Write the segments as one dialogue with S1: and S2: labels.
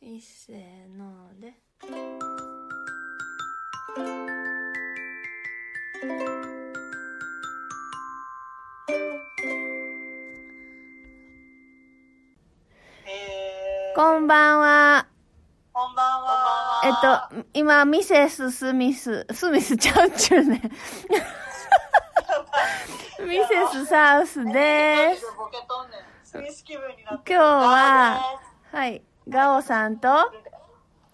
S1: いっせーので
S2: えー、
S1: こんばんは
S2: こんばんは。
S1: えっと今ミセススミススミスちゃうっちゅう ね ミセスサウスで
S2: ですボケとんねん。スミス気分になって
S1: 今日ははいガオさんと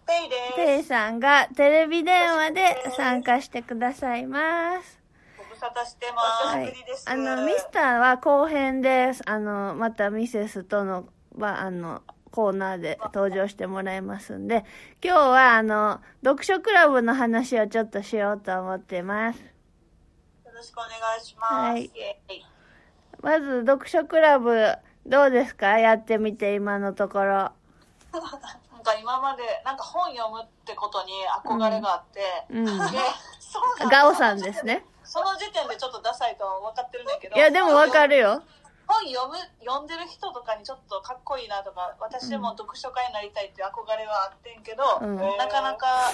S2: ペイです。
S1: ペイさんがテレビ電話で参加してくださいます
S2: ご無沙汰してます。
S1: は
S2: お久
S1: い
S2: しぶりです。
S1: あの、ミスターは後編です。あの、またミセスとの、ば、あの、コーナーで登場してもらいますんで、今日はあの、読書クラブの話をちょっとしようと思ってます。
S2: よろしくお願いします。
S1: はい
S2: イエーイ
S1: まず、読書クラブ、どうですかやってみて、今のところ。
S2: なんか今まで、なんか本読むってことに憧れがあって、
S1: うんうん
S2: で、そうなんだ
S1: ガオさんですね。
S2: その時点でちょっとダサいとは分かってるんだけど。
S1: いや、でもわか
S2: る。
S1: るよ。
S2: 本読む、読んでる人とかにちょっとかっこいいなとか、私でも読書家になりたいっていう憧れはあってんけど、
S1: うん
S2: なかなか、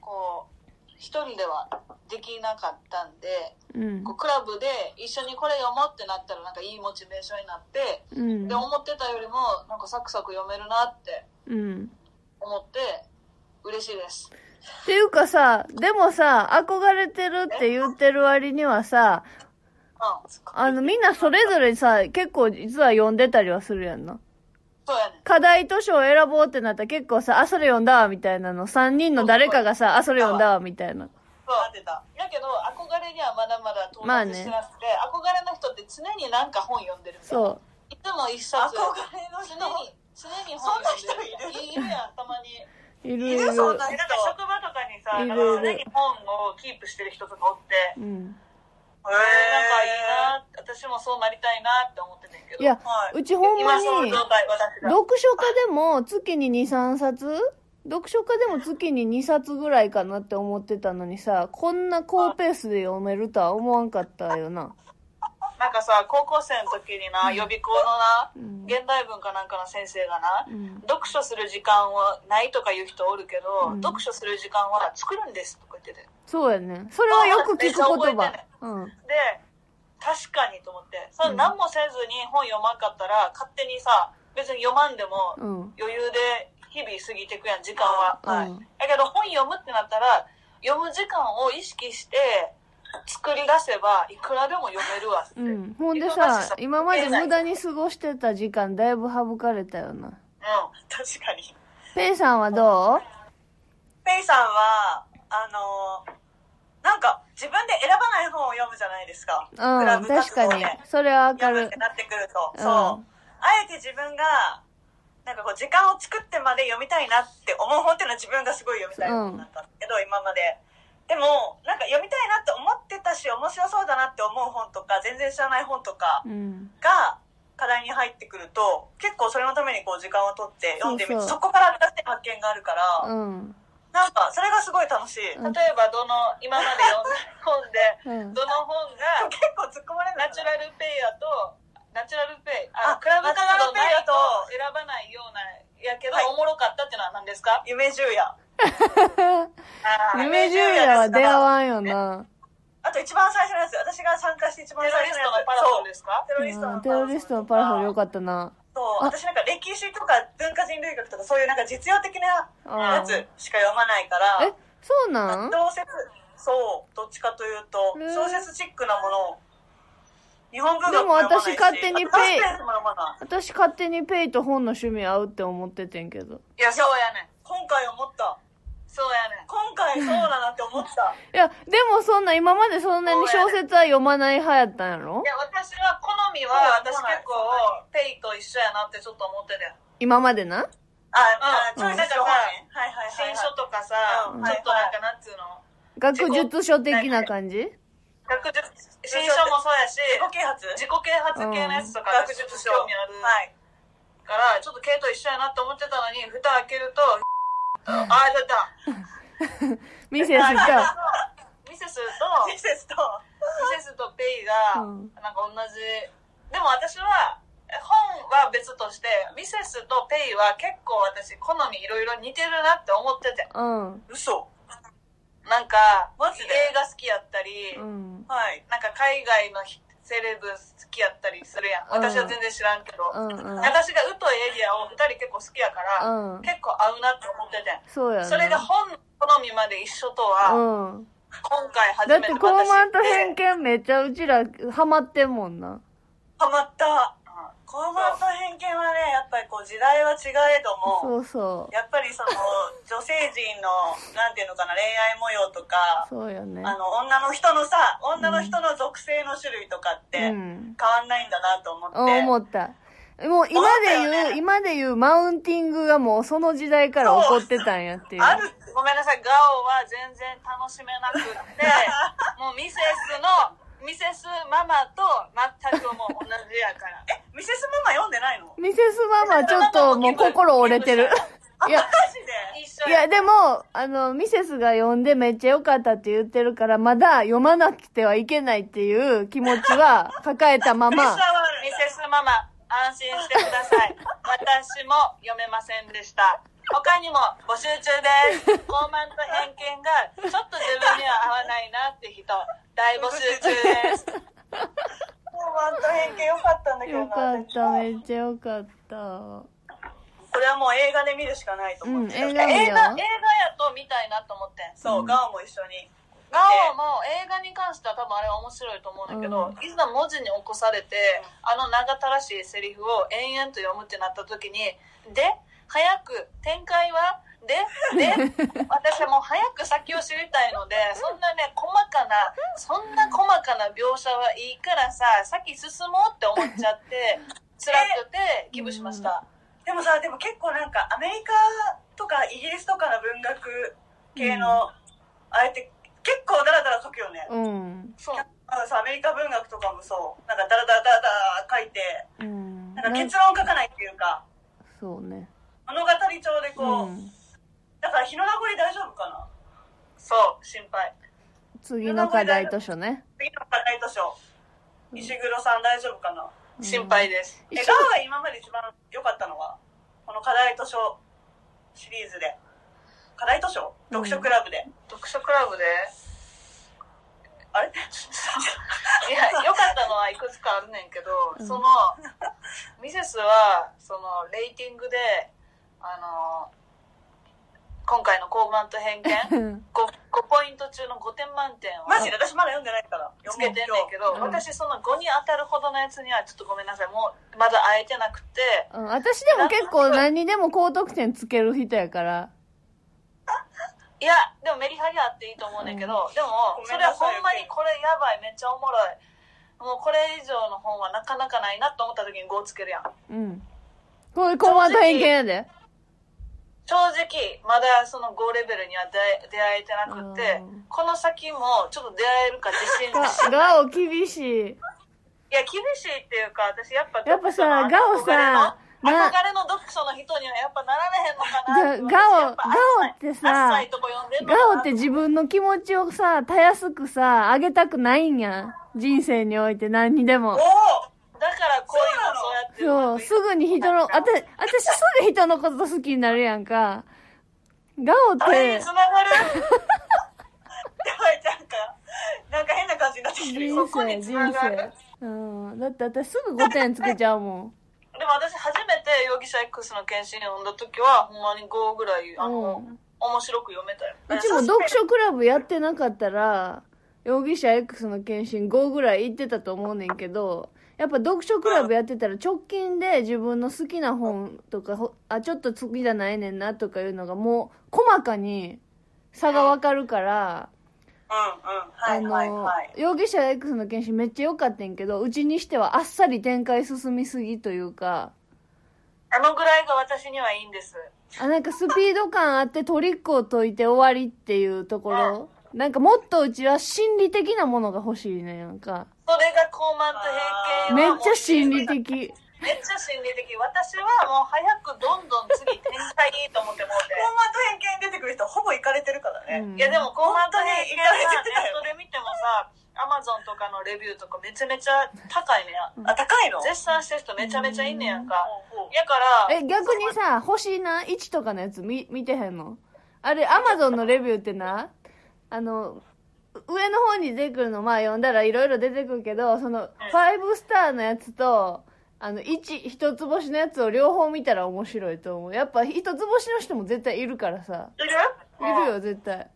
S2: こう、一人ではできなかったんで、
S1: うん
S2: こ。うクラブで一緒にこれ読もうってなったらなんかいいモチベーションになって、
S1: うん
S2: で、。思ってたよりもなんかサクサク読めるなって
S1: うん。
S2: 思って、嬉しいです。
S1: っていうかさ、でもさ、憧れてるって言ってる割にはさ、
S2: うん。
S1: あの、みんなそれぞれさ、結構実は読んでたりはするやんな。
S2: そうやね。
S1: 課題図書を選ぼうってなったら結構さ、あ、それ読んだわ、みたいなの。三人の誰かがさ、あ、それ読んだわ、みたいな。
S2: そう当てた。やけど、憧れにはまだまだ到
S1: まあね
S2: 達してなくて、憧れの人って常になんか本読んでる。
S1: そう。
S2: いつも一冊。
S3: 憧れの人
S2: 常に、常に本読んでる。
S3: そんな人い
S2: いるやん、たま に。
S1: いるい
S3: い
S1: る
S3: る。そんな
S2: なん
S3: 人
S2: か職場とかにさ、
S1: い
S2: な
S1: る
S2: んか常に本をキープしてる人とかおって、
S1: うん。
S3: え
S2: なん
S3: ー
S2: かいいな、私もそうなりたいなって思ってたんやけど。
S1: いや、
S3: はいう
S1: ちほんま
S2: 今
S1: に、
S2: その
S1: 読
S2: 状態、私が。
S1: 書家でも月に2、3冊読書家でも月に2冊ぐらいかなって思ってたのにさ、こんな高ペースで読めるとは思わんかったよな。
S2: なんかさ、高校生の時にな、予備校のな
S1: う、ん
S2: 現代文かなんかの先生がな、
S1: うん
S2: 読書する時間はないとか言う人おるけど、
S1: うん
S2: 読書する時間は作るんですとか言ってて。
S1: そうやね。それはよく聞く言葉。うん。
S2: で、確かにと思って、それ何もせずに本読まんかったら、勝手にさ、別に読まんでも
S1: うん。
S2: 余裕で日々過ぎてくやん、時間は。
S1: うん
S2: はい。だけど本読むってなったら、読む時間を意識して作り出せば、いくらでも読めるわって。
S1: う
S2: うん。
S1: ん、ほんで
S2: 忙し
S1: さ
S2: さ
S1: 今まで無駄に過ごしてた時間だいぶ省かれたよな
S3: 確かに。
S1: ペイさんはど
S3: ペイさんは、あのーなんか自分で選ばない本を読むじゃないですか。
S1: ううん確かに
S3: で
S1: それはわか
S3: 読むっ
S1: る
S3: てなってくると。
S1: うん
S3: そう。あえて自分が、なんかこう時間を作ってまで読みたいなって思う本っていうのは自分がすごい読みたい本だったんだけど、今まで。でも、なんか読みたいなって思ってたし、面白そうだなって思う本とか、全然知らない本とか、
S1: うん
S3: が課題に入ってくると結構それのためにこう時間を取って読んでみて
S1: そそう
S3: そうこから新しい発見があるから、
S1: うん
S3: なんかそれがすごい楽しい、
S1: うん
S2: 例えば、どの、今まで読んだ本
S1: う
S2: で、
S1: ん
S2: どの本が、
S3: 結構突っ込まれ
S2: ナ
S3: ない
S2: チュラルペイやと、ナチュラルペイ、あの、
S3: あ
S2: クラブ活動ないと
S3: ナ
S2: 選ばないような、やけど、
S3: はい
S2: おもろかったってのは何ですか
S3: 夢十夜
S1: 夢十夜は出会わんよな
S3: あと一番最初のやつ私が参加して一
S2: テ
S3: 番
S2: ロ
S3: 最
S2: リ
S3: 初
S2: ス
S3: の
S2: トの
S3: やつ
S2: パラソルですか
S3: そうテロリスト
S1: う
S3: の
S1: んテロリストのパラソルよかったな
S3: そう
S1: あ
S3: 私なんか歴史とか文化人類学とかそういうなんか実用的な
S1: あー
S3: やつしか読まないか
S1: え
S3: ら
S1: そうなん
S3: 小説そうどっちかというと
S1: ね
S3: 小説チックなものを日本文学
S1: でも私
S3: 読まないし
S1: 勝手に
S3: あと
S1: ペイ
S3: サスペンスも読まない
S1: 私勝手にペイと本の趣味合うって思っててんけど
S2: いや、そうやねん。
S3: 今回思った
S2: そうやねん。
S3: 今回そうだなって思った。
S1: いやでもそんな今までそんなに小説は読まない派やったんやろ
S2: いや、私は好みは、
S3: そう
S2: 私
S3: そう
S2: 結構、ペイと一緒やなってちょっと思ってたよ。
S1: 今までな
S2: う
S3: あ、
S2: ん
S3: チョイスした
S2: うん
S3: 本ね。はいはい
S2: 新書とかさ、ちょ
S3: うん
S2: っとなんか、なんつうの、
S1: 学術書的な感じ
S2: 学術、新書もそうやし、
S3: 自己啓発
S2: 自己啓発系のやつとか、
S3: 学
S2: 私
S3: 術
S2: ちょっと興
S3: 書。
S2: 味ある。
S3: はい。
S2: から、ちょっと毛と一緒やなって思ってたのに、蓋開けると、あ、出た。
S1: ミセスと
S2: ミセスと、
S3: 季節と、
S2: ミセスとペイが、
S1: うん
S2: なんか同じ。でも私は、本は別として、ミセスとペイは結構私、好みいろいろ似てるなって思ってて。
S1: うん。
S3: 嘘
S2: なんか、
S3: マジで
S2: 映画好きやったり、
S1: うん。
S3: はい。
S2: なんか海外のひセレブ好きやったりするやん。
S1: うん
S2: 私は全然知らんけど。
S1: うんうん。
S2: 私が疎いエリアを二人結構好きやから、
S1: うん。
S2: 結構合うなって思ってて。
S1: そうやな。
S2: それが本の好みまで一緒とは、
S1: うん。
S2: 今回初
S1: だっ
S2: め
S1: て、
S2: て
S1: 傲
S2: 私
S1: 慢と
S2: で
S1: 偏見めっちゃうちらハマってんもんな。
S3: ハマった。高慢と偏見はね、やっぱりこう時代は違えども、
S1: そうそ
S3: やっぱりその女性陣の、なんていうのかな、恋愛模様とか
S1: う。、そうよね。
S3: あの、女の人のさ、女の人の属性の種類とかって
S1: う
S3: 変
S1: ん。
S3: わんないんだなと思って。
S1: うん思った。もう今で
S3: 思った
S1: 言う、
S3: よね
S1: 今で言うマウンティングがもうその時代から起こってたんやっていう。
S3: ある
S2: ごめんなさい、ガオは全然楽しめなくって、もうミセスの、ミセスママと全くもう同じやから。
S3: え、ミセスママ読んでないの
S1: ミセスママちょっともう心折れてる。いや、
S3: マジで
S2: 一緒
S1: い
S2: や。
S1: やでも、あの、ミセスが読んでめっちゃ良かったって言ってるから、まだ読まなくてはいけないっていう気持ちは抱えたま
S3: プレッシ ャ
S1: ま
S3: ー、はある
S2: ミ
S3: んだ
S2: セスママ、安心してください。私も読めませんでした。他にも募集中です。傲慢と偏見がちょっと自分には合わないなって人、大募集中です。
S3: 高慢と偏見よかったんだけど
S1: 良
S3: な。
S1: かった、めっちゃ良かった。
S3: これはもう映画で見るしかないと思って。
S1: うん映画
S2: 映画、映画やと見たいなと思ってん。
S3: そう、
S1: うん
S3: ガオも一緒に。
S2: ガオも映画に関しては多分あれは面白いと思うんだけど、いざ文字に起こされて、あの長たらしいセリフを延々と読むってなった時に、で、早く、展開はで、 で、私はもう早く先を知りたいので、そんなね、細かな、そんな細かな描写はいいからさ、先進もうって思っちゃ って、辛くて、ギブしました。
S3: でもさ、でも結構なんかアメリカとかイギリスとかの文学系の、あれって結構ダラダラ書くよね。
S1: うん。
S2: そう。
S3: あのさ、アメリカ文学とかもそう。なんかダラダラダラダラ書いて、
S1: うん。
S3: なんか
S1: なん
S3: 結論書かないっていうか、
S1: そうね。
S3: 物語調で
S1: う
S3: こう、
S1: ん。
S3: だから日の名残大丈夫かな
S2: そう、心配。
S1: 次の課題図書ね。
S3: 次の課題図書。
S1: うん
S3: 石黒さん大丈夫かな、
S1: うん
S2: 心配です。
S3: え、ガオが今まで一番良かったのは、この課題図書シリーズで。課題図書読書クラブで。
S2: 読書クラブで
S3: あれ
S2: いや、良かったのはいくつかあるねんけど、
S1: うん
S2: その、ミセスは、その、レーティングで、あの、今回の交番と偏 見、
S1: うん。
S2: 5, ポイント中の5点満点を
S3: マジで私まだ読んでないから。
S2: つけてんねんけど、
S1: うん
S2: 私その5に当たるほどのやつにはちょっとごめんなさい、もう、まだ会えてなくて、
S1: うん私でも結構何にでも高得点つける人やから。
S2: いや、でもメリハリあっていいと思うねんけど、でも
S3: ご、め
S2: そ
S3: ん
S2: れは
S3: なさい
S2: ほんまにこれやばい、めっちゃおもろい。もうこれ以上の本はなかなかないなと思った時に5つけるやん。
S1: うん。これ、コマと偏見や で。
S2: 正直、まだその5レベルには出会え出会えてなくて
S1: うん、
S2: この先もちょっと出会えるか自信が。
S1: が、ガオ厳しい。
S2: いや、厳しいっていうか、私やっぱ
S1: やっぱさ、ガオさ、
S2: 憧れの
S1: な、
S2: 憧れの読書の人にはやっぱなられへんのか
S1: じゃ
S2: な
S1: あ
S2: って。
S1: ガオ、ガオって
S2: あっ
S1: さ
S2: さい、とこ読んでんの
S1: ガ
S2: か
S1: オ
S2: な
S1: って自分の気持ちをさ、たやすくさ、あげたくないんや。人生において何にで
S3: お
S1: も。
S3: お
S2: だからこういうのそうやってう
S1: そ
S2: ま
S1: う、
S2: くい
S1: すぐに人の、あた、私すぐ人のこと好きになるやんか。ガオっ
S2: あれ
S1: て
S2: に、繋がる
S3: やばい、なんか、なんか変な感じになってきてる
S1: 人
S3: よ。
S1: 生、人生。うん。だって私すぐ5点つけちゃうもん。
S2: でも私初めて容疑者 X の検診読んだ時は、ほんまに5ぐらい、あの、
S1: うん
S2: 面白く読めたよ。
S1: うちも読書クラブやってなかったら、容疑者 X の検診5ぐらい行ってたと思うねんけど、やっぱ読書クラブやってたら直近で自分の好きな本とか、ほあ、ちょっと好きじゃないねんなとかいうのがもう細かに差がわかるから、
S3: うんうん。はいはいはい。
S1: 容疑者 X の検診めっちゃ良かったんやけど、うちにしてはあっさり展開進みすぎというか、
S2: あのぐらいが私にはいいんです。
S1: あ、なんかスピード感あってトリックを解いて終わりっていうところ。なんかもっとうちは心理的なものが欲しいね、なんか。
S2: それが高慢と偏見
S1: めっ
S2: はもう
S1: ちゃ心理。的。
S2: めっちゃ心理的。私はもう早くどんどん次展開いいと思ってもうて
S3: 高。慢と偏見に出てくる人、ほぼ行かれてるからね。
S1: うん
S2: いやでも高慢と偏見は
S3: 本当に行かれてたよ
S2: ネットで見てもさ、アマゾンとかかのレビューとかめちゃめちゃ高いねや。
S3: あ、高いの
S2: 絶賛してる人めちゃめちゃいんねやんか。
S3: うんうん
S2: やから、
S1: え、逆にさ、星な、1とかのやつ見、見てへんのあれ、アマゾンのレビューってな、あの、上の方に出てくるの、まあ読んだらいろいろ出てくるけど、その、5スターのやつと、あの、1、一つ星のやつを両方見たら面白いと思う。やっぱ一つ星の人も絶対いるからさ。
S3: いる
S1: いるよ、絶対。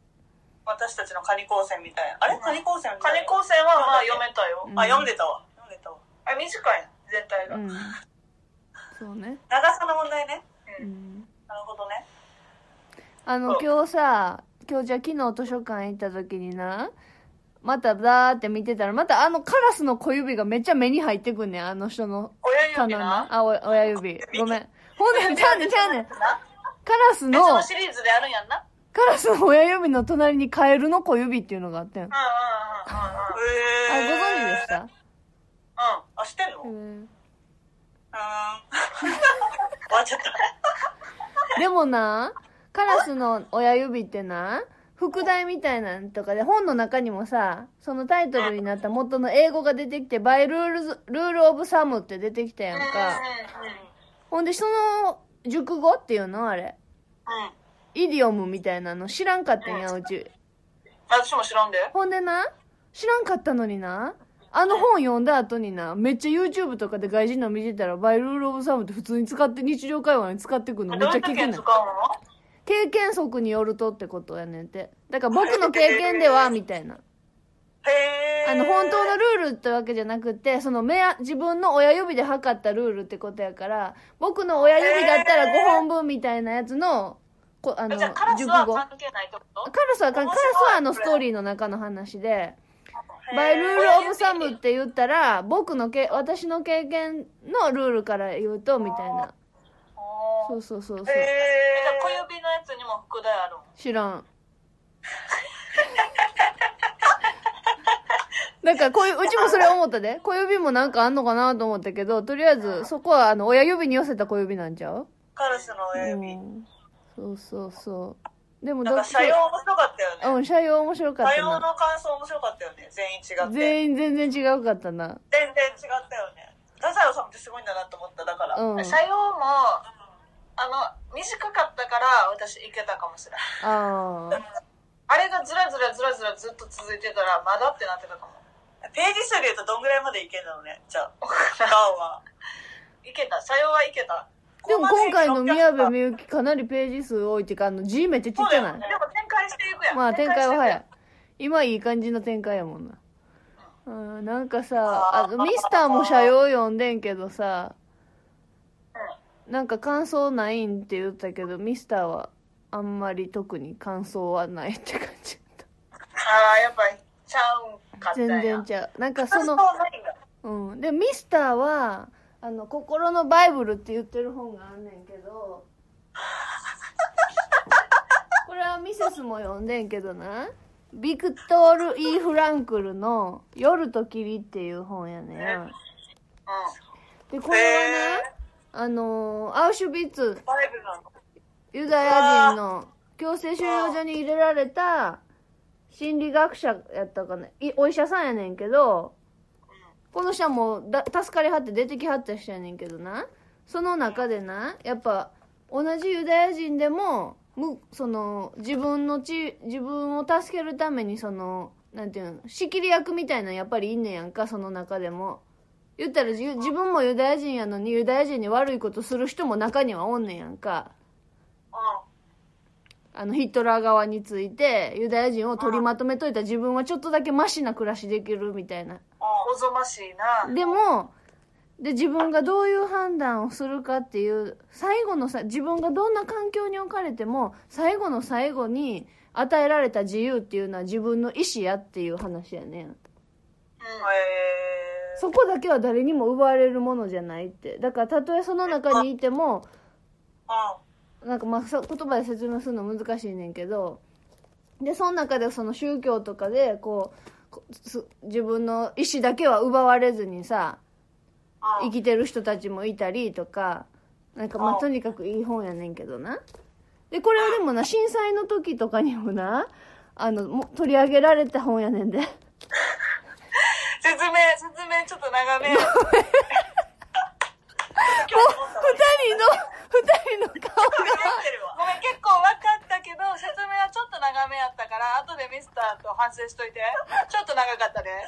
S3: 私たちのカニ高専みたいな。あれカニ高専みたいな
S2: 金光線はまあ読めたよ。
S1: うん
S3: あ、読んでたわ。読んでたわ。
S2: あ、短いね絶対が。
S1: うん。そうね。
S3: 長さの問題ね。
S1: うん。
S3: なるほどね。
S1: あの
S2: そう
S1: 今日さ今日じゃあ昨日図書館行った時になまたザーって見てたらまたあのカラスの小指がめっちゃ目に入ってくんねんあの人の
S2: 親指
S1: の
S2: な。
S1: あお親指ごめんほんでちゃうねんちゃうねんカラス
S2: 別
S1: の
S2: のシリーズであるんやんな。
S1: カラスの親指の隣にカエルの小指っていうのがあってんあ
S2: うんうんうんうんうん。
S1: ご
S3: えー。
S1: 存知でした、
S2: うん。
S3: あ、知ってんの
S1: う
S3: うーん。
S1: ん
S3: 終わっちゃった。
S1: でもなカラスの親指ってな副題みたいなんとかで本の中にもさそのタイトルになった元の英語が出てきて「バイルールズルール・オブ・サム」って出てきたやんか
S2: うんうんうん。
S1: ほんでその熟語っていうのあれ
S2: うん。
S1: イディオムみたいなの知らんかったんやうち
S2: 私も知らんで。
S1: ほんでな知らんかったのになあの本読んだ後になめっちゃ YouTube とかで外人の見てたら「バイルール・オブ・サム」って普通に使って日常会話に使ってくんのめっ
S2: どう
S1: ちゃ
S2: いう
S1: 聞
S2: 時
S1: け
S2: に
S1: ない
S2: 使うの
S1: 経験則によるとってことやねんて。だから僕の経験では、みたいな。
S3: へー。
S1: あの、本当のルールってわけじゃなくて、その目や、自分の親指で測ったルールってことやから、僕の親指だったら5本分みたいなやつの、こあの、
S2: じゃあカラス
S1: 熟
S2: は
S1: 語。カ
S2: 関係ないってこと
S1: ラスはあかん、カ
S3: 面白い
S1: ラスはあのストーリーの中の話で、
S3: へー
S1: バイルールオブサムって言ったら、僕のけ、私の経験のルールから言うと、みたいな。
S2: おー
S1: そうそうそうそう。
S2: じ
S3: へ
S2: ゃあ
S3: ー。
S2: 小指のやつにも副題あるん
S1: 知らん。なんかこういう、うちもそれ思ったで。小指もなんかあんのかなと思ったけど、とりあえずそこはあの親指に寄せた小指なんちゃう
S3: カラスの親
S1: う
S3: 指。
S1: んそうそうそう。でも
S3: なんか、社用面白かったよね。
S1: うん、社用面白かっ
S3: 火
S1: た
S3: 曜
S1: な。
S3: の感想面白かったよね全員違って
S1: 全員全然違うかったな。
S3: 全然違ったよね太宰治ってすごいんだなと思っただから、
S1: う
S3: うん
S1: ん。
S2: 社用もあの短かったから私いけたかもしれない
S1: ああ。
S2: あれがずらずらずらずらずっと続いてたらまだってなってたかも
S3: ページ数で言うとどんぐらいまでいけんだろうねじゃあ顔はい
S2: けた社用はいけた
S1: でも今回の宮部
S3: み
S1: みゆきかなりページ数多いっていうか、あの字めっちゃち
S3: そ
S1: っ
S3: う
S1: ち
S3: だ
S1: ゃ
S3: よ
S1: ない
S3: ね
S2: でも展開していくやん
S1: まあ展開は早
S2: い
S1: い。今いい感じの展開やもんな。うん、なんかさ、あ
S3: あー
S1: ミスターも社用読んでんけどさ、なんか感想ないんって言ったけど、ミスターはあんまり特に感想はないって感じだっ
S2: ああやっぱりちゃうん
S1: た。
S2: かったん
S1: 全
S2: や
S1: 然ちゃう。なんかそ
S3: その
S1: の、うん。で、ミスターは、あの、心のバイブルって言ってる本があんねんけ ど、これはミセスも読んでんけどな。ビクトール・ E ・フランクルの「夜と霧」っていう本やねん。
S2: うん
S1: で、これはね、あのーアウシュビッツ、
S3: バイブルなの
S1: ユダヤ人の強制収容所に入れられた心理学者やったかな、いお医者さんやねんけど、この人はもうだ助かりはって出てきはった人やねんけどな、その中でな、やっぱ同じユダヤ人でも、むその自分のち自分を助けるためにそのなんていうの仕切り役みたいなのやっぱりいんねやんかその中でも言ったらじゅ自分もユダヤ人やのにユダヤ人に悪いことする人も中にはおんねやんかあのヒットラー側についてユダヤ人を取りまとめといた自分はちょっとだけマシな暮らしできるみたいな
S2: おぞましいな
S1: でもで自分がどういう判断をするかっていう最後のさ自分がどんな環境に置かれても最後の最後に与えられた自由っていうのは自分の意思やっていう話やねん
S2: うん
S3: へー
S1: そこだけは誰にも奪われるものじゃないってだからたとえその中にいてもなんかまあそう言葉で説明するの難しいねんけどでその中でその宗教とかでこうこす自分の意思だけは奪われずにさ生きてる人たちもいたりとかなんかまあ
S3: うん
S1: とにかくいい本やねんけどなでこれはでもな震災の時とかにもなあのも取り上げられた本やねんで
S3: 絶
S2: 説明、説明ちょっと長め。
S1: 二
S3: 今日思ったのに
S1: 人の、二人の顔が。
S3: 合ってるわ
S2: ごめん、結構分かったけど、説明はちょっと長めやったから、後でミスターと反省しといて。ちょっと長かったね。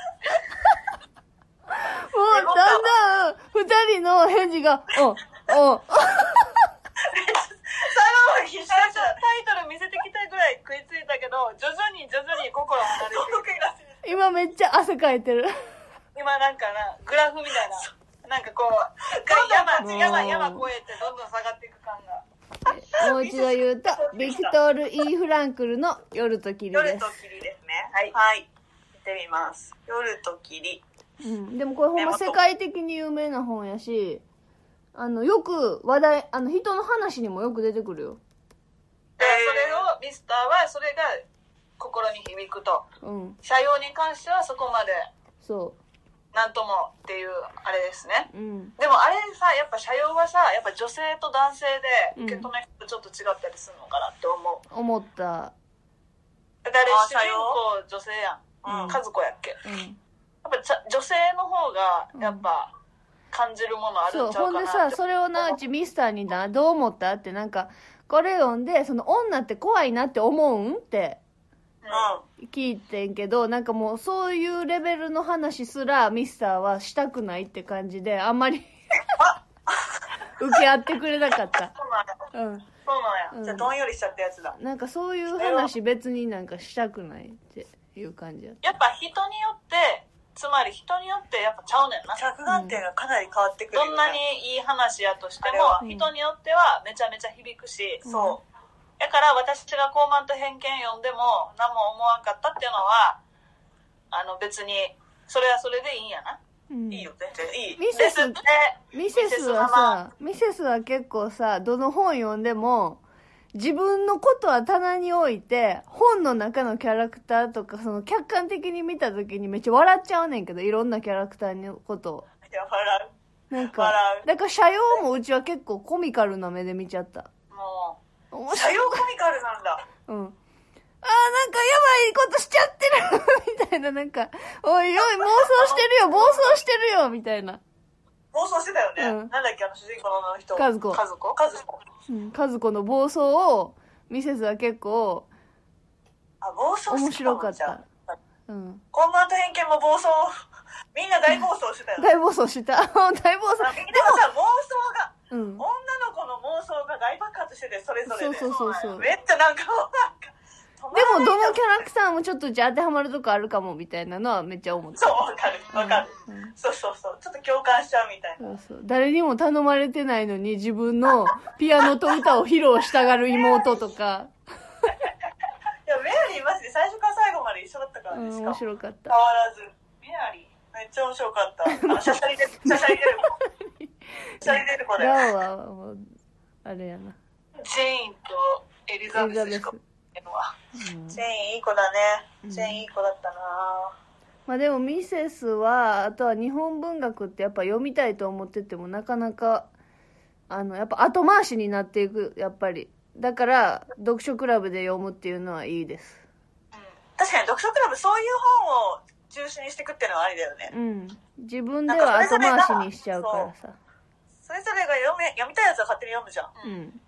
S1: もうだんだん、二人の返事が、うん、うん。
S3: 最後まで必死
S2: 最
S3: だっ
S2: 初
S3: たら
S2: タイトル見せてきたぐらい食いついたけど、徐々に徐々に心離れてい
S1: 今
S2: く。
S3: 僕が
S1: めっちゃ汗かいてる。
S2: 今なんかな、グラフみたいな。なんかこう、
S3: 山
S2: 山、山、山越えてどんどん下がっていく感が。
S1: もう一度言うと、ビクトール・イー・フランクルの夜と霧
S3: 夜
S1: で
S3: と
S1: す。
S3: 霧ですね
S2: はい
S3: はい、見てみます夜と霧
S1: うん、でもこれほんま世界的に有名な本やし、あの、よく話題、あの、人の話にもよく出てくるよ。
S2: だからそれを、ミスターはそれが心に響くと。
S1: うん、
S2: 社用に関してはそこまで
S1: そ
S2: なんともっていうあれですね
S1: う。うん。
S2: でもあれさやっぱ社用はさやっぱ女性と男性で受け止め方ちょっと違ったりするのかなって思う、
S1: 思った。
S2: だから
S3: あ
S2: 主人公女性やん、
S1: うん
S2: 和子やっけや
S1: うん。
S2: っぱちゃ女性の方がやっぱ感じるものある
S1: そ
S2: ん
S1: う
S2: ちゃ
S1: ほ
S2: うんか
S1: で
S2: な
S1: さ
S2: って
S1: それをなうちミスターになどう思ったってなんかこれ読んでその女って怖いなって思うんって
S3: うん
S1: 聞いてんけどなんかもうそういうレベルの話すらミスターはしたくないって感じであんまり受け合ってくれなかった、
S3: そうなんや
S1: うん
S3: そうなんや、
S1: うん
S3: じゃあどんよりしちゃったやつだ
S1: なんかそういう話別になんかしたくないっていう感じやった
S2: やっぱ人によってつまり人によってやっぱちゃうねんな
S3: 着眼点がかなり変わってくるよ
S2: ど
S3: ね、
S2: んなにいい話やとして
S3: あれは
S2: も人によってはめちゃめちゃ響くし、
S1: うん
S3: そ
S2: だから私が高慢と偏見読んでも何も思わんかったっていうのはあの別にそれはそれでいいんやな。
S1: うん
S3: ういいよ全然いい
S1: ミ
S2: で
S1: セ
S2: す
S1: ス
S2: ね。
S1: ミセスはさ、ミセスは結構さ、どの本読んでも、自分のことは棚に置いて、本の中のキャラクターとか、その客観的に見た時にめっちゃ笑っちゃうねんけど、いろんなキャラクターのことを。
S3: いや笑う
S1: なんか
S3: 笑、う
S1: だから、社用もうちは結構コミカルな目で見ちゃった。
S2: も
S1: 面
S3: 社
S1: 白い。
S3: 用コミカルなんだ
S1: うん。あーなんかやばいことしちゃってるみたいな、なんか、おいおい、妄想してるよ、 暴走してるよみたいな。
S3: 妄想してたよね、
S1: うん
S3: なんだっけあの主人公の女の人
S1: 和子
S2: う、和子
S3: カズコ
S1: うん和子の暴走を、ミセスは結構、
S3: あ暴走してた
S1: 面白かっ
S3: じゃ
S1: た
S3: あ。
S1: うん。
S3: コンマンと偏見も暴走みんな大暴走してたよね
S1: 大暴走した。 大暴
S3: あ
S1: 走。
S3: みんなさ妄想が
S1: うん
S3: 女。の子の妄想が大爆発しててそれぞれで
S1: そうそうそうそう
S3: なんやめっちゃなんかなんか止ま
S1: で
S3: らな
S1: も、
S3: い
S1: どのキャラクターもちょっとうち当てはまるとこあるかも、みたいなのはめっちゃ思った。
S3: そうわかるわかる、
S1: うん
S3: そうそうそうちょっと共感しちゃうみたいな
S1: そうそう。誰にも頼まれてないのに自分のピアノと歌を披露したがる妹とか、
S3: いやメアリーマジで最初から最後まで一緒だったか
S1: う
S3: らね、
S1: ん、
S3: しか
S1: 面
S3: も変
S1: 白かった。
S3: わらずメアリーめっちゃ面白かったあのシャシャリ出るシャシャリ 出るシャシャリ出る子で
S1: ラオは、もう、あれやな。
S2: ジェインとエリザベスしか見てないわ。
S1: うん
S3: ジェインいい子だ
S1: うん
S3: ねジェインいい子だったな
S1: まあでもミセスはあとは日本文学ってやっぱ読みたいと思っててもなかなかあのやっぱ後回しになっていくやっぱりだから読書クラブで読むっていうのはいいです
S3: 確かに読書クラブそういう本を中心にしていくっていうのはありだよね
S1: うん自分では後回しにしちゃうからさ
S3: それぞれが読め読みたいやつは勝手に読むじゃん
S1: う
S2: れ
S1: ん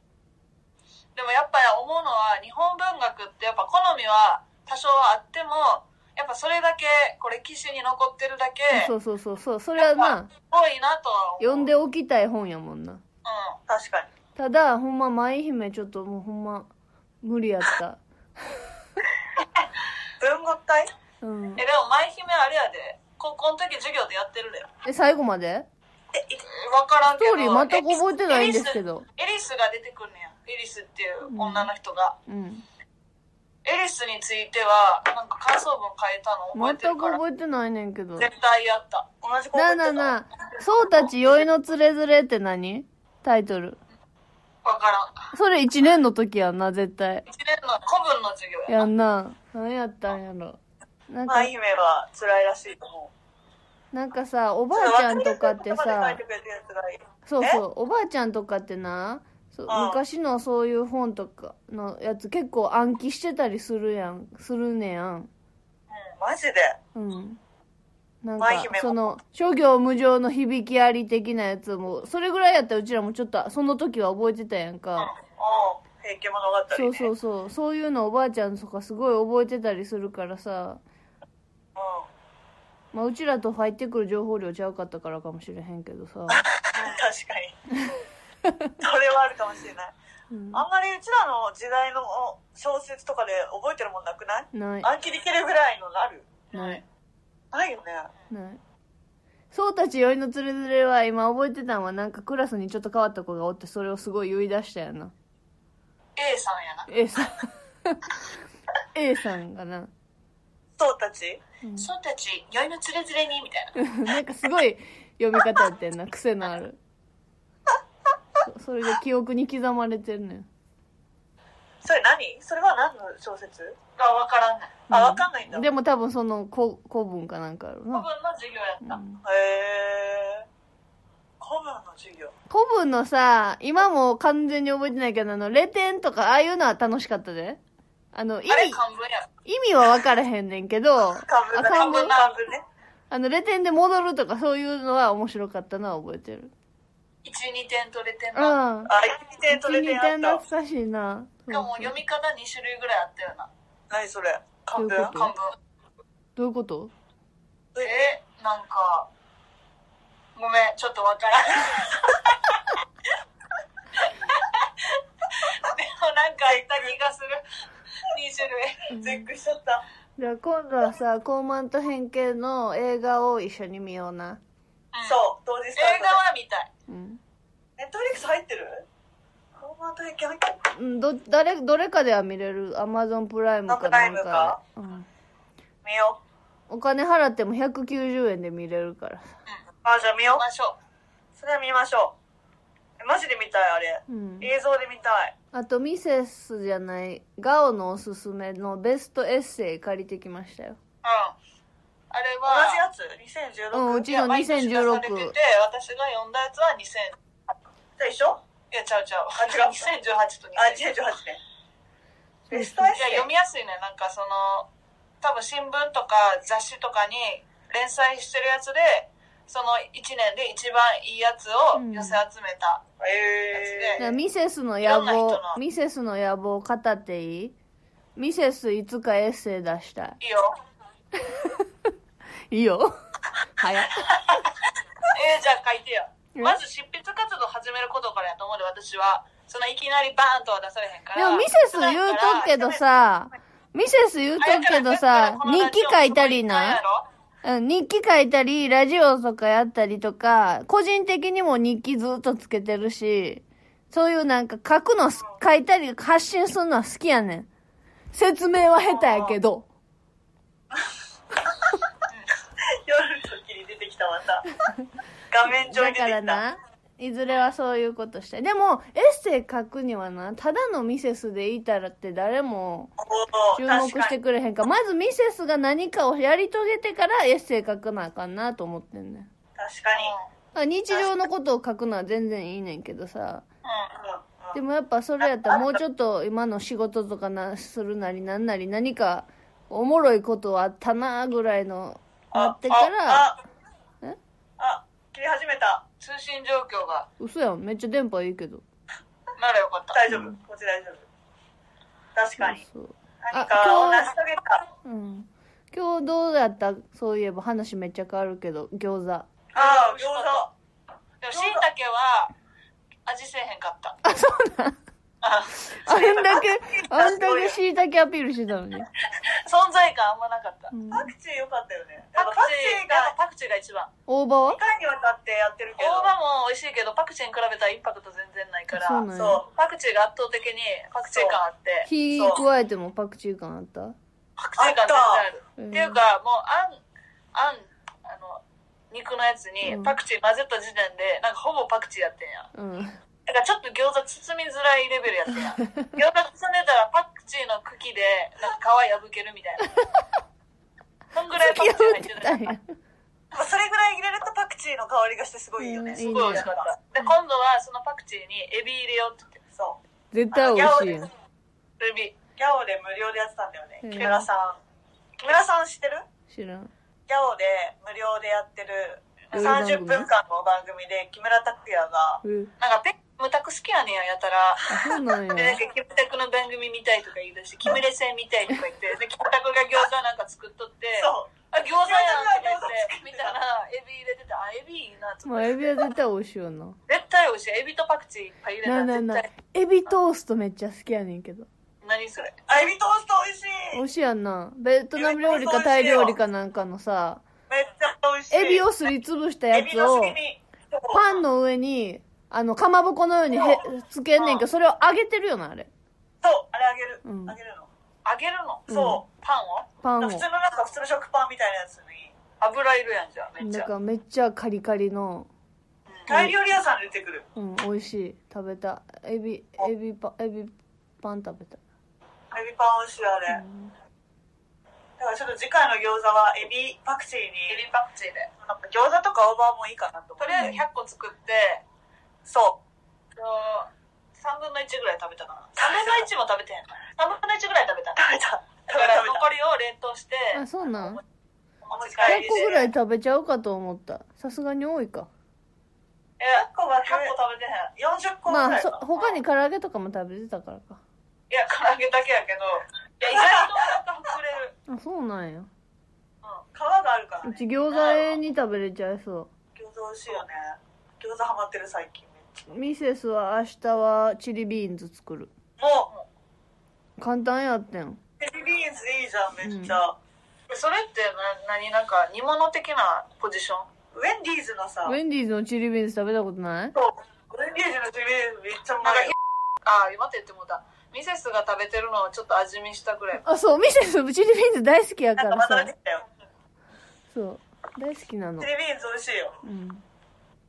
S2: でもやっぱり思うのは日本文学ってやっぱ好みは多少はあってもやっぱそれだけこれ歴史に残ってるだけ
S1: そうそうそうそうそれはな
S2: 多いなとは思う。
S1: 読んでおきたい本やもんな
S2: うん
S3: 確かに
S1: ただほんま舞姫ちょっともうほんま無理やった
S3: 文学会
S1: うん
S2: えでも舞姫あれやで高校の時授業でやってるで
S1: え最後まで
S3: えい
S2: 分からん
S1: ス
S2: け
S1: ト
S2: ど
S1: ーリー全く覚えてないんですけど
S2: エリスが出てくんねやエリスっていう女の人が、
S1: うん
S2: エリスについてはなんか感想文書いたの覚えて
S1: 全
S2: る
S1: く
S2: から
S1: 覚えてないねんけど
S2: 絶対やった
S3: 同じ高校
S1: な
S3: 行
S1: あ
S3: って
S1: なあ
S3: た
S1: なあ、そうたち酔いのつれづれって何タイトル。
S2: 分からん
S1: それ1年の時やんな、絶対。
S2: 一年の古文の授業や
S1: やんな。何やったんやろ。なんか
S3: 舞、姫は辛いらしいと思う
S1: なんかさ、おばあちゃんとかってさ、そうそう、おばあちゃんとかってな、そう
S3: うん
S1: 昔のそういう本とかのやつ結構暗記してたりするやん、するねやん。
S3: マジで
S1: うん。なん
S3: 舞姫
S1: か
S3: も
S1: その諸行無常の響きあり的なやつもそれぐらいやったらうちらもちょっとその時は覚えてたやんか、
S3: お平家物語、ね、
S1: そうそう うそうそういうのおばあちゃんとかすごい覚えてたりするからさ、
S3: ん
S1: まあ、うちらと入ってくる情報量ちゃうかったからかもしれへんけど さ、
S3: 確かにそれはあるかもしれない
S1: うん
S3: あんまりうちらの時代の小説とかで覚えてるもんなくない
S1: ない
S3: 暗記できるぐらいのなる
S1: ない
S3: ないよね
S1: ないそうたち酔いのつれづれは今覚えてたんはなんかクラスにちょっと変わった子がおってそれをすごい言い出したやな
S2: A さんやな。
S1: A さん A さんがな
S3: そうたち
S2: そうたち、酔いのつれづれにみたいな。
S1: なんかすごい読み方やってんな癖のあるそそれで記憶に刻まれてるねん
S3: それ何それは何の小説
S2: がわからない。
S3: あわかんないんだ
S1: でも多分その古古文かなんかやろ
S2: 古
S1: な
S2: 文の授業やった。
S3: へえ古文の授業
S1: 古文のさ今も完全に覚えてないけどあの「レ点」とかああいうのは楽しかったであの意
S2: あれ
S1: 味
S2: 漢文や。
S1: 意味は分からへんねんけど
S3: 漢文だ
S1: あ漢文
S3: 漢文ね
S1: あの、レ点で戻るとかそういうのは面白かったのは覚えてる。
S2: 1、2点取れてん
S1: う
S2: な。
S1: ん。
S3: あ一点取れ
S1: 一二
S3: てやっ
S1: 点
S3: た
S1: 懐かしいな。
S2: しかも読み方2種類ぐらいあったよな。
S3: 何それ漢文
S1: どういうこと
S2: 漢文。
S1: どういうこと
S2: え、なんか、ごめん、ちょっとわからん。 でもなんかいた気がする。2種類。
S3: 絶句しちゃった
S1: じゃあ今度はさ、高慢と偏見の映画を一緒に見ような。
S3: そう同時スター
S2: 映
S3: ト
S2: 画
S3: だ
S2: は見たい。
S1: うん。
S3: ネットフリックス入ってる古文と平家入ってる
S1: うんど、誰、どれかでは見れる。アマゾンプライムかなんかで。うん。
S3: 見よ
S1: お金払っても190円で見れるからさ。
S3: うあじゃあ見よ
S2: 見
S3: う
S2: ましょ
S3: それは見ましょうえマジで見たいあれ
S1: うん。
S3: 映像で見たい
S1: あと、ミセスじゃない、ガオのおすすめのベストエッセイ借りてきましたよ。
S2: う。うん。あれ
S3: 同
S2: は、
S3: じやつ2016、
S1: うん、う
S3: じ
S1: ちの
S2: いや毎年出されて
S1: 2016
S2: て。私が読んだやつは2000
S3: ゃあ一緒
S2: いやちゃうちゃう
S3: あ違う
S2: 2018と2018
S3: あ2018年ベストエッ
S2: いや
S3: セイ
S2: 読みやすいねなんかその多分新聞とか雑誌とかに連載してるやつでその1年で一番いいやつを寄せ集めた、
S1: だか
S3: え
S1: ら
S3: ー、
S1: ミセスの
S2: い
S1: 野
S2: ろんな人
S1: 望
S2: の
S1: ミセスの野望語っていいミセスいつかエッセイ出した
S2: いい よ
S1: いいいよ 早っ
S2: えー、じゃあ書いてよ
S1: うん
S2: まず執筆活動始めることからやと思うで私はそのいきなりバーンとは出されへんか
S1: で
S2: ら
S1: もミセス言うとっけどさミセス言うとっけ どさ
S2: あれや
S1: 日
S2: から
S1: 記書いたりな
S2: このラジオもここに行ったんやろ
S1: うん日記書いたりラジオとかやったりとか個人的にも日記ずっとつけてるしそういうなんか書くのす書いたり発信するのは好きやねん説明は下手やけど
S3: 夜の時に出てきたま た画面上
S1: だ
S3: に出
S1: か
S3: て
S1: ら
S3: きた
S1: ないずれはそういうことしたいでもエッセイ書くにはなただのミセスでいたらって誰も
S3: お
S1: 注
S3: ー
S1: 目
S3: 確
S1: し
S3: か
S1: て
S3: に
S1: くれへんからまずミセスが何かをやり遂げてからエッセイ書くなあかんなと思ってんねんだ
S3: 確かに
S1: から日常のことを書くのは全然いいねんけどさ
S3: うん
S1: でもやっぱそれやったらもうちょっと今の仕事とかなするなりなんなり何かおもろいことはあったなぐらいの
S3: うん
S1: なってから
S3: ああ
S1: え
S3: あ切り始めた
S2: 通信状況が
S1: 嘘やんめっちゃ電波いいけど
S2: ならよかった
S3: 大丈夫こっち大丈夫確かに
S1: そう
S3: 何
S1: あ今日
S3: かを成し遂げた
S1: うん今日どうやったそういえば話めっちゃ変わるけど餃 子
S3: ああ
S2: 美
S3: 餃
S2: 味しかった
S3: 子
S2: でもしいたけは味せえへんかった
S1: あんだ けあんだけ椎茸アピールしてたのに
S2: 存在感あんまなかった
S1: うん
S3: パクチー良かったよね。
S2: パ
S3: パ
S2: ク
S3: ク
S2: チ
S3: チ
S2: ー
S3: ー
S2: が
S3: が
S2: パクチーが一番
S1: 大葉は
S3: 2回にわたってやってるけ
S2: 大
S3: ど、
S2: 葉も美味しいけどパクチーに比べたらインパクト全然ないから
S1: そうなんや
S2: そうパクチーが圧倒的にパクチー感あって
S1: 火加えてもパクチー感あった
S2: パクチー感
S1: う
S2: 全
S1: ん
S2: 然あるっていうかもうあんあんあの肉のやつに
S1: うん
S2: パクチー混ぜた時点でなんかほぼパクチーやってんやん
S1: うん
S2: だからちょっと餃子包みづらいレベルやってんやん 餃子包んでたらパクチーの茎でなんか皮破けるみたいなそんぐらいパクチー入って
S1: た
S2: ない
S1: んや
S3: それぐらい入れるとパクチーの香りがしてすごいいいよね。
S1: うん
S2: すごい美味しかったで今度はそのパクチーにエビ入れようって言って
S3: そう。
S1: 絶対美味しいやん
S2: エビ
S3: ギャオで無料でやってたんだよね。
S1: うん
S3: 木村さん。木村さん知ってる
S1: 知らん
S3: ギャオで無料でやってる
S1: 料理番組
S3: 30分間の番組で木村拓哉が、
S1: うん
S2: なんかペムタク好きやねんやたら
S1: あそうなんや
S2: でなんかキムタクの番組見たいとか言い出してキムレ戦見たいとか言ってでキムタクが餃子なんか作っとって
S3: そう。
S2: あ餃子やんとか言って見たらエビ入れててあエビいいなと
S1: ま
S2: か
S1: あ
S2: 言
S1: エ
S2: って
S1: ビは絶対美味しいよな
S2: 絶対美味しいエビとパクチーいっぱい入れた
S1: な
S2: ら
S1: いない
S2: 絶
S1: ない
S2: 対
S1: エビトーストめっちゃ好きやねんけど
S2: 何それ
S3: あエビトースト美味しい
S1: 美味しいやんなベトナム料理かタイ料理かなんかのさ
S3: めっちゃ美味しい。
S1: エビをすりつぶしたや
S3: エビ
S1: つ
S3: の
S1: を
S3: すり身。
S1: パンの上にあのかまぼこのようにへつけんねんけどそれを揚げてるよなあれ
S3: そう、あれあげる。
S1: うん
S3: あげるの。
S2: 揚げるの
S1: うん
S3: そ
S2: パンを
S1: パ
S3: う。
S1: ン
S3: 普
S1: を
S3: 通のなんか普通の食パンみたいなやつに。
S2: 油いるやんじゃあめっ
S1: な
S2: ち
S1: ん
S2: ゃ
S1: かめっちゃカリカリの
S3: タイ料理屋さんで出てくる。
S1: うん美味しい食べたエビエビパエビパン食べた
S3: エビパン美味しいあれ。だからちょっと次回の餃子はエビパクチー
S2: エ
S3: に、
S2: ビパクチーで
S3: なんか餃子とか大葉もいいかなと思
S2: と
S3: う。
S2: りあえず100個作って
S3: そう。
S2: 3分の1ぐらい食べたかな3分の1も食べてへん3分の1ぐらい食べただか
S3: 食べた。食べ
S2: ら
S3: た。
S2: 残りを冷凍して
S1: あそうなん100
S2: お持ち
S3: あ
S2: 帰り
S1: 個ぐら
S2: で
S1: い食べちゃうかと思ったさすがに多いか
S2: え100
S3: 100個は食べ
S2: 個食べてへん
S3: 40個ぐ
S1: ま
S3: ら
S1: あ
S3: い
S1: そ
S3: かな。
S1: 他に唐揚げとかも食べてたからか
S2: いや唐揚げだけやけどいや意外とな
S1: あ
S2: んか膨れる
S1: そうなんや
S3: 皮があるから
S1: う
S3: ね。
S1: ち餃子永遠に食べれちゃいそ
S3: 餃子美味しいよね。餃子ハマってる最近めっち
S1: うミセスは明日はチリビーンズ作る
S3: ゃ。もう、
S1: 簡単やってん
S3: テレビーンズいいじゃん、めっちゃ。
S2: それってな何なんか煮物的なポジション
S3: ウェンディーズのさ、
S1: ウ
S3: ウェン
S1: ェンディーズのチリビーンズ食べたことない
S3: ディーズのテレビーンズめっちゃう
S2: なん
S3: ま
S2: か
S3: いよ。
S2: ああ待って言ってもうたミセスが食べてるのをちょっと味見したくらい
S1: あそうミセスチリビーンズ大好きやか
S3: なん
S1: ら
S3: かま
S1: さ
S3: た出てきたよ。
S1: そう大好きなの
S3: テレビーンズ美味しいよ。
S1: うん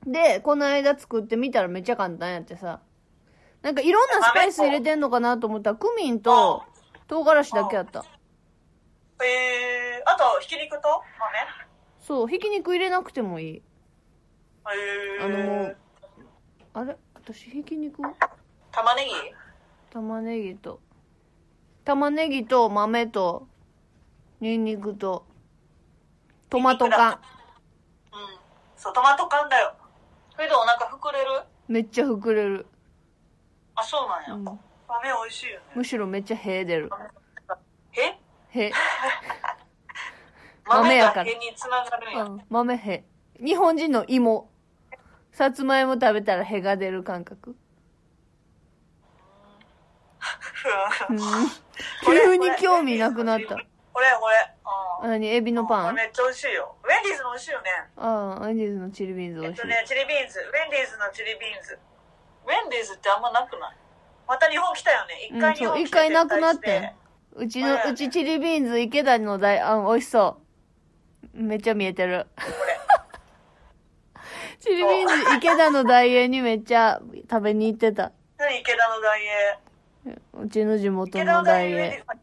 S1: でこの間作ってみたらめっちゃ簡単やってさなんかいろんなスパイス入れてんのかなと思ったらクミンと唐辛子だけやった
S3: えー、あと、ひき肉とまあね。
S1: そうひき肉入れなくてもいい
S3: えー、
S1: あのもうあれ私ひき肉
S2: 玉ねぎ
S1: 玉ねぎと玉ねぎと豆とニンニクとトマト缶
S2: うん
S3: そう、トマト缶だよ。
S2: それでお腹膨れる
S1: めっちゃ膨れる、
S2: あそうなんや、
S1: うん
S3: 豆美味しいよね。
S1: むしろめっちゃへ出る
S2: え
S1: へ、豆
S2: 豆
S1: や
S2: が
S1: から
S2: 毛につながるん
S1: う
S2: や、
S1: ん、豆へ日本人の芋さつまいも食べたらへが出る感覚うん急に興味なくなった
S3: これ、これ。
S2: あー
S1: 何エビの
S3: こ
S1: パ
S3: れ
S1: ン
S3: めっちゃ美味しいよ。ウェンディーズも美味しいよね。
S1: ああアンディーズのチリビーンズ美
S3: えっ
S1: 味しい
S3: とね、チリビーンズ。ウェンディーズのチリビーンズ。
S2: ウェンディーズってあんまなくない
S3: また日本来たよね。一
S1: うん
S3: 回日
S1: そう
S3: 本来て
S1: 一回なくなっ
S3: 撤退して
S1: うちのうちチリビーンズ池田の大あん美味しそうめっちゃ見えてるチリビーンズ池田の大栄にめっちゃ食べに行ってた
S3: 何池田の大栄。
S1: うちの地元
S3: 池田
S1: の
S3: の大
S1: 大栄
S3: 栄ウェンディーズ入っ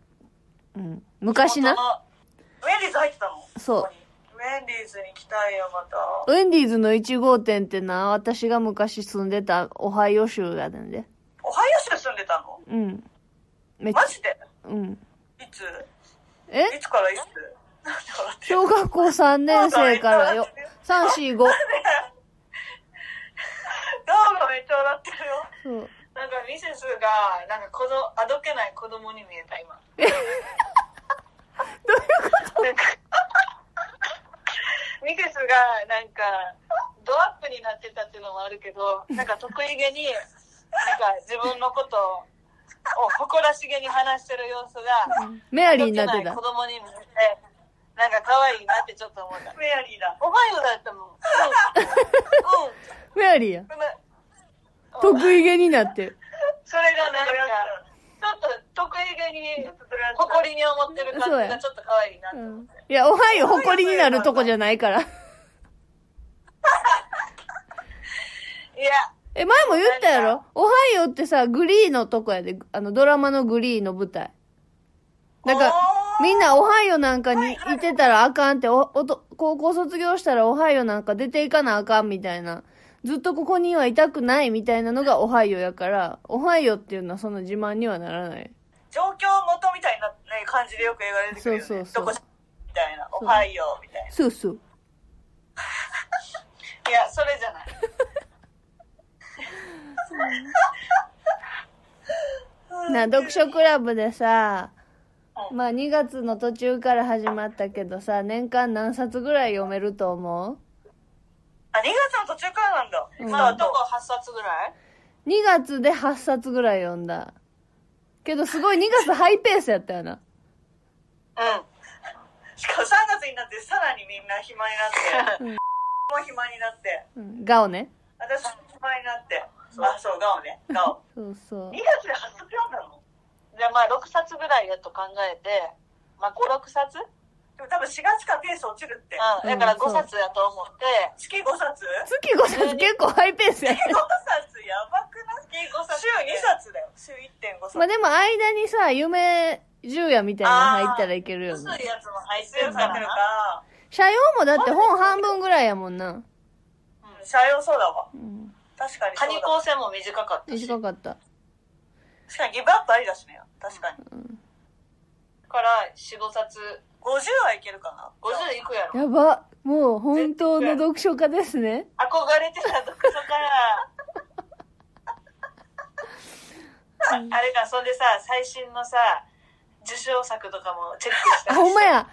S1: うん昔な
S3: ウェンディーズ入ってたの
S1: そう
S3: ウェンディーズに来たいよ、また。
S1: ウェンディーズの1号店ってな、私が昔住んでたオハイオ州やねんで。
S3: オハイオ州住んでたの
S1: うん。めっち
S3: マジで
S1: ゃ、うん。
S3: いつ
S1: え
S3: いつからいつなんで笑ってる
S1: 小学校3年生から よ。3、4、5。
S3: ドーがめっちゃ笑ってるよ。
S1: そう。
S2: なんかミセスがなんか子供あどけない子供に見えた 今どういうことミセスがなんかドアップになってたっていうのもあるけどなんか得意げになんか自分のことを誇らしげに話してる様子が
S1: メア
S2: あ
S1: リーになっ
S2: な
S1: て
S2: い
S1: た
S2: 子。供に見えてなんか可愛いなってちょっと思った
S3: メアリーだ。
S2: おはようだったもんうん、うん
S1: メアリーや。
S2: そんな
S1: 得意げになってる。
S2: それがなんか、ちょっと得意げに誇りに思ってる感じがちょっと可愛いなって
S1: う
S2: 思っ
S1: ん
S2: て。。
S1: いや、オハイオ誇りになるとこじゃないから。
S2: いや、
S1: え、前も言ったやろオハイオってさ、グリーのとこやで。あの、ドラマのグリーの舞台。だから、みんなオハイオなんかにいてたらあかんって、お、おと、高校卒業したらオハイオなんか出ていかなあかんみたいな。ずっとここにはいたくないみたいなのがオハイオやから、オハイオっていうのはその自慢にはならない。
S3: 状況元みたいな、ね、感じでよく映画出てくるよ、ね。
S1: そうそうそう
S3: どこみたいな、おはようみたい
S1: そうそう。
S2: いや、それじゃない。
S1: な、読書クラブでさ、まあ2月の途中から始まったけどさ、年間何冊ぐらい読めると思う
S3: な。あ、2月の途中からなんだ。
S1: うん
S3: スタ
S2: まあ、
S3: ー
S2: ど
S3: ト。
S2: こ8冊ぐらい
S1: ?2 月で8冊ぐらい読んだ。けどすごい2月ハイペースやったよな。
S2: うん。
S3: しかも3月になってさらにみんな暇になって、
S1: うん
S3: もう暇になって、
S1: うん、ガオね。
S3: 私も暇になって、あ、そう、ガオね、ガオ。
S1: そうそう
S3: 2。月で8冊読んだの
S2: じゃあまあ6冊ぐらいやと考えて、まあ5、6冊うん。
S3: でも多分4月からペース落ちるって。
S2: だから5冊やと思って、
S3: 月5冊
S1: 月5冊結構ハイペースやね。
S3: 5冊やばくない
S2: 月5冊
S3: 週2冊だよ。週1.5冊。
S1: まあでも間にさ、夢十夜みたいなの入ったらいけるよ
S2: 薄
S1: ね。
S2: いやつも入って
S3: 強
S2: る
S3: く
S2: か
S3: なって
S2: ら
S3: る
S2: な。
S3: か。
S1: 社用もだって本半分ぐらいやもんな。
S3: うん社用そうだわ。
S1: うん、
S3: 確かに
S2: カ
S3: そう
S2: ニ
S3: だ。
S2: 構成も短かったし。
S1: 短かった。
S3: 確かにギブアップありだしね。確かに。
S2: から4、5冊、
S3: 50はいけるかな。
S2: 50いくやろ。
S1: やば。もう本当の読書家です ね。
S2: 憧れてたとこから。あれか、そんでさ、最新のさ、受賞作とかもチェックし
S1: あ、
S2: たりして
S1: ほんま。や。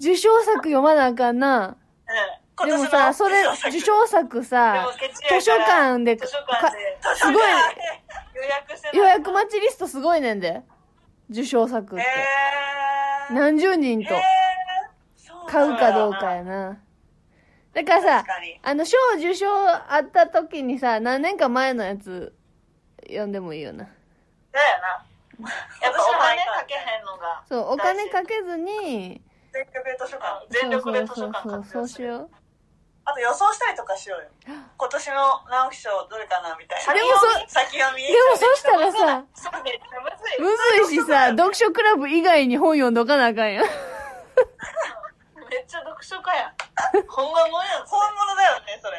S1: 受賞作読まなあかんな。
S3: 今
S1: で
S3: 年の
S1: もさ、それ、
S3: 作
S1: 受賞作
S2: うん。で
S1: さ
S2: も、ケチやから
S1: 図書館で、
S2: 図
S1: か
S2: 書館で。
S1: すごい、
S2: 予約してない
S1: 予約待ちリストすごいねんで。受賞作って。
S3: えー。
S1: 何十人
S3: え
S1: と
S3: ーそう
S1: 買うかどう
S3: か。
S1: かやな。だからさ
S3: 確、かに。
S1: あの、賞受賞あった時にさ、何年か前のやつ、読んでもいいよな。
S2: だよな。やっぱお金かけへんのが。
S1: そう、お金かけずに、
S3: 全力で図書館。
S2: 全力で図
S1: そ
S2: 書
S1: うそ
S2: 館
S1: うそう、
S2: 活
S1: そう
S2: 用
S1: し
S2: する。
S1: よう。
S3: あと予想したりとかしようよ。今年の直木賞どれかなみたいな。
S1: でもそ
S3: 先読み。
S1: でもそしたらさ、
S2: そう、めっちゃむ
S1: む
S2: ずい。
S1: ずいしさ、読書クラブ以外に本読んどかなあかんやん。
S2: めっちゃ読書家やん。本がもんやん。
S3: 本物だよね、そ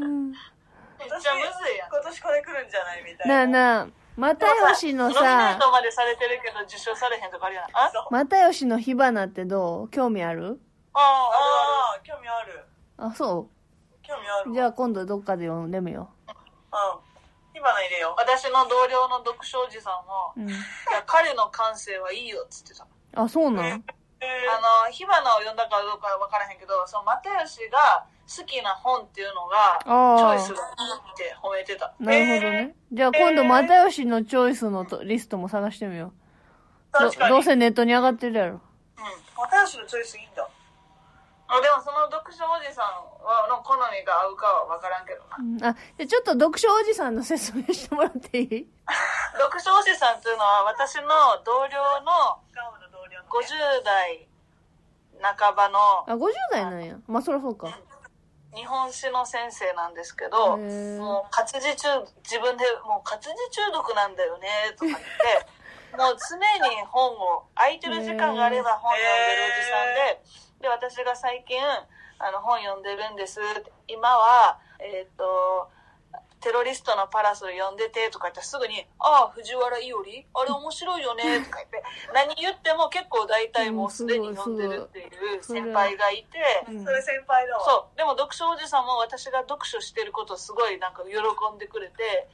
S3: れ。
S1: うん
S2: めっちゃむずいやん。
S3: 今年これ来るんじゃないみたい
S1: なあな
S3: な。
S1: あ、又吉の
S2: ノミネー
S1: さ、
S2: トまでされてるけど受賞されへんとかあるやん。あ
S3: そう。
S1: 又吉の火花ってどう興味ある
S2: ああ、
S3: ああ、興味ある。
S1: あ、そ
S3: 興味ある
S1: う
S3: わ。
S1: じゃあ今度どっかで読んでみよ
S3: うん。火花入れよう。
S2: 私の同僚の読書おじさんも、
S1: う。うん。
S2: いや、彼の感性はいいよっつってた。
S1: あ、そうなん
S3: あ
S2: あの、火花を読んだかどうかは分からへんけど、その、又吉が好きな本っていうのが、チ
S1: あ
S2: ョイス
S1: あ。
S2: がいいって褒めてた。
S1: なるほどね。じゃあ今度又吉のチョイスのとリストも探してみよう。ど
S3: 確か
S1: どう
S3: に。
S1: せネットに上がってるやろ。
S2: うん。
S3: 又吉のチョイスいいんだ。
S2: あでもその読書おじさんはの好みが合うかは分からんけど な
S1: うんあ、じゃあちょっと読書おじさんの説明してもらっていい
S2: 読書おじさんっていうのは私の同僚の
S3: ガオの同僚のね。
S2: 50代半ばの
S1: あ、50代なんや。まあそりゃそうか。
S2: 日本史の先生なんですけど
S1: へー
S2: もう活字中自分でもう活字中毒なんだよねとか言っ てもう常に本を空いてる時間があれば本読んでるおじさんでで私が最近あの本読んでるんです今はえっ、とテロリストのパラソル読んでてとか言ったらすぐに「ああ藤原伊織あれ面白いよね」とか言って何言っても結構大体もうすでに読んでるっていう先輩がいて。
S1: うん
S3: それ先輩だわ。
S2: そうでも読書おじさんも私が読書してることをすごいなんか喜んでくれて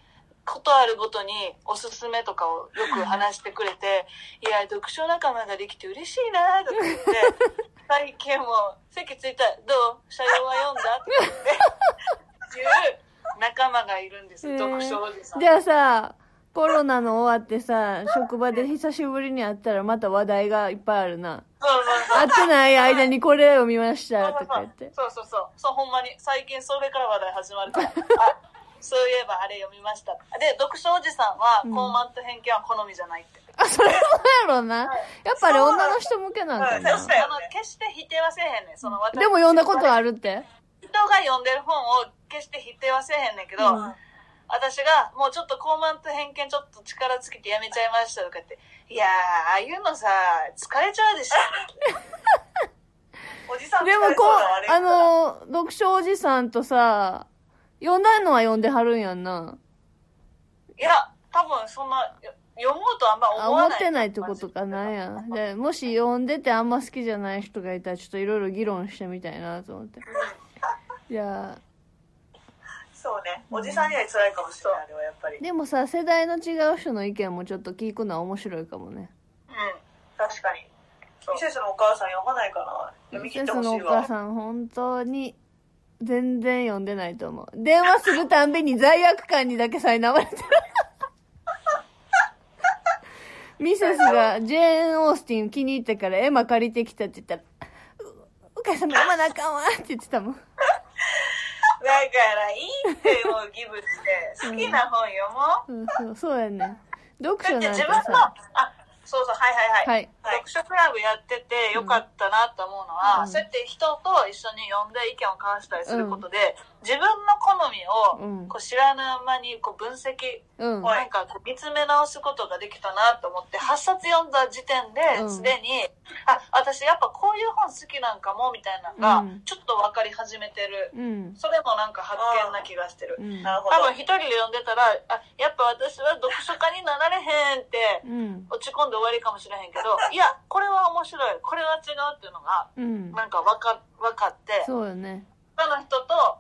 S2: ことあるごとにおすすめとかをよく話してくれて 「いや読書仲間ができて嬉しいな」とか言って 「最近も席ついたどう社用は読んだ?」とか言っていう仲間がいるんです、
S1: へー
S2: 読書おじさん。
S1: じゃあさ、コロナの終わってさ、職場で久しぶりに会ったらまた話題がいっぱいあるな。
S2: そうそうそう
S1: 会ってない間にこれを見ましたとか言って。
S2: そうそうそう。そう、ほんまに。最近それから話題始ま るから。あ、そういえばあれ読みました。で、読書おじさんは、
S1: うん
S2: 高慢と偏見は好みじゃないって。
S1: あ、それもそうやろな。やっぱり女の人向けなんか
S3: そうなんだ
S1: な。
S3: よ
S2: あの、決して否定はせえへんねん。その、私
S1: でも読んだこと
S2: は
S1: あるって。
S2: 人が読んでる本を決して否定はせえへんねんけど、
S1: うん
S2: 私が、もうちょっと高慢と偏見ちょっと力尽きてやめちゃいましたとか言って、いやー、ああいうのさ、疲れちゃうでしょ。
S3: おじさん疲
S1: で
S3: れ
S1: も
S3: そう
S1: こ
S3: だわ
S1: う、あ、の、読書おじさんとさ、読んだのは読んではるんやんな。
S2: いや、多分そんな、よ読もうとあんま
S1: あ
S2: 思
S1: 思
S2: わ
S1: っ
S2: ない。
S1: てないってことかなんや。でもし読んでてあんま好きじゃない人がいたら、ちょっといろいろ議論してみたいなと思 って。いや
S3: そうねおじさんには辛いかもしれないあれはやっぱり
S1: ーでもさ、世代の違う人の意見もちょっと聞くのは面白いかもね。
S2: うん。
S3: 確かにミセスのお母さん読まないから読み切
S1: セ
S3: っ
S1: ス
S3: てほ
S1: のお
S3: しい
S1: 母
S3: わ
S1: さん、本当に、全然読んでないと思う。電話するたんびに罪悪感にだけ苛まれてる。ミセスがジェーン・オースティン気に入ったから絵マ借りてきたって言ったら、うお母さんの絵マなあかんわって言ってたもん。
S2: だからいいってもうギブして、好きな本読もう。
S1: うん、そう、そうやね。読
S2: だ
S1: 書
S2: っ
S1: なん
S2: て
S1: て
S2: 自分の、
S1: さ
S2: あ、、そうそう、はいはい
S1: は
S2: はい。
S1: い。
S2: 読書クラブやっててよかったなと思うのは、
S1: うん
S2: そうやって人と一緒に読んで意見を交わしたりすることで、自分の好みを
S1: うん
S2: こう知らぬ間にこう分析、
S1: うん。
S2: なんかこう見つめ直すことができたなと思って、8冊読んだ時点
S1: うん
S2: で、すでに、あ、私やっぱこういう本好きなんかも、みたいなの
S1: う
S2: が
S1: ん、
S2: ちょっと分かり始めてる。
S1: うん。
S2: それもなんか発見な気がしてる
S1: う。ん。
S3: なるほど
S2: 多分一人で読んでたら、あ、やっぱ私は読書家になられへんって、
S1: うん。
S2: 落ち込んで終わりかもしれへんけど、いや、これは面白い、これは違うっていうのが、
S1: うん。
S2: なんか分か、分かって、
S1: そうよね。
S2: 他の人と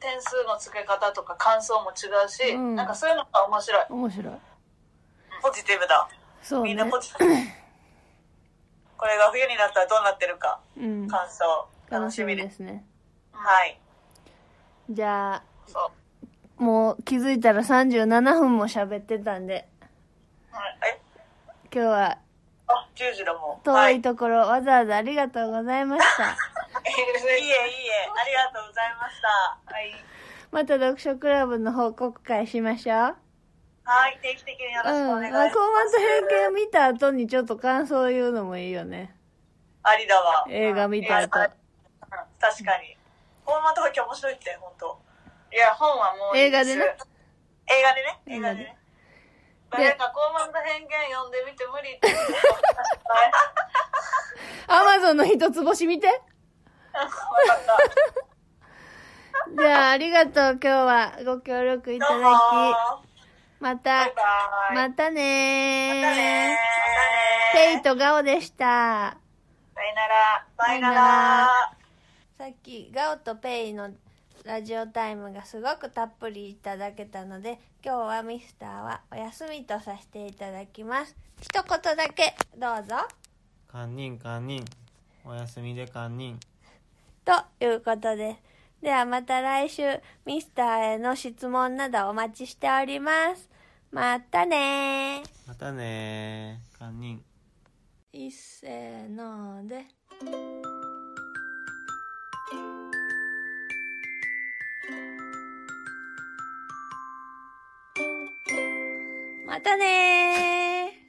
S2: 点数の付け方とか感想も違うし、
S1: うん
S2: なんかそういうのが面白い。
S1: 面白い。
S3: ポジティブだ
S1: そう
S3: みん
S1: ね
S3: な。ポジ ティブこれが冬になったらどうなってるか
S1: うん。
S3: 感想
S1: 楽
S3: 楽
S1: し
S3: し
S1: み
S3: み
S1: で
S3: です
S1: すね。
S3: はい
S1: じゃあ、
S2: そう。
S1: もう気づいたら37分も喋ってたんで、
S3: え
S1: 今日は
S3: あ10時だもんは
S1: 遠
S3: いい
S1: いところ、わざわざありがとうございま した。
S3: えいえありがとうございましたはい
S1: また読書クラブの報告会しましょう。
S3: はい定期的によ
S1: う
S3: ろしくお願い
S1: ん。
S3: し
S1: ま
S3: ま
S1: あ、
S3: す
S1: 高慢と偏見見た後にちょっと感想言うのもいいよね。
S3: ありだわ
S1: 映画見た後。
S3: 確かに高慢とか面白いって本当
S2: いや、本はもういい
S1: 映
S2: で
S1: 画
S2: す
S1: でね。
S3: 映画でね
S1: 映
S3: 映
S1: 画
S3: 画
S1: で
S3: でね
S2: 誰か、高慢と偏見読んでみて無理って言って
S1: アマゾンの一つ星見 て。
S3: 分かった
S1: じゃあ、ありがとう。今日はご協力いた
S3: どうも
S1: だき。ま
S3: バイ
S1: た、
S3: バイ
S1: またねー。
S3: またねー
S1: ペイとガオでした。
S2: さよなら。
S3: バ
S1: さ
S3: イナ
S1: よな
S3: ラ
S1: らさっきガオとペイのラジオタイムがすごくたっぷりいただけたので今日はミスターはお休みとさせていただきます一言だけどうぞ
S4: 堪忍堪忍おやすみで堪忍
S1: ということですではまた来週ミスターへの質問などお待ちしておりますまたね
S4: またねー堪忍
S1: いっせーのでまたねー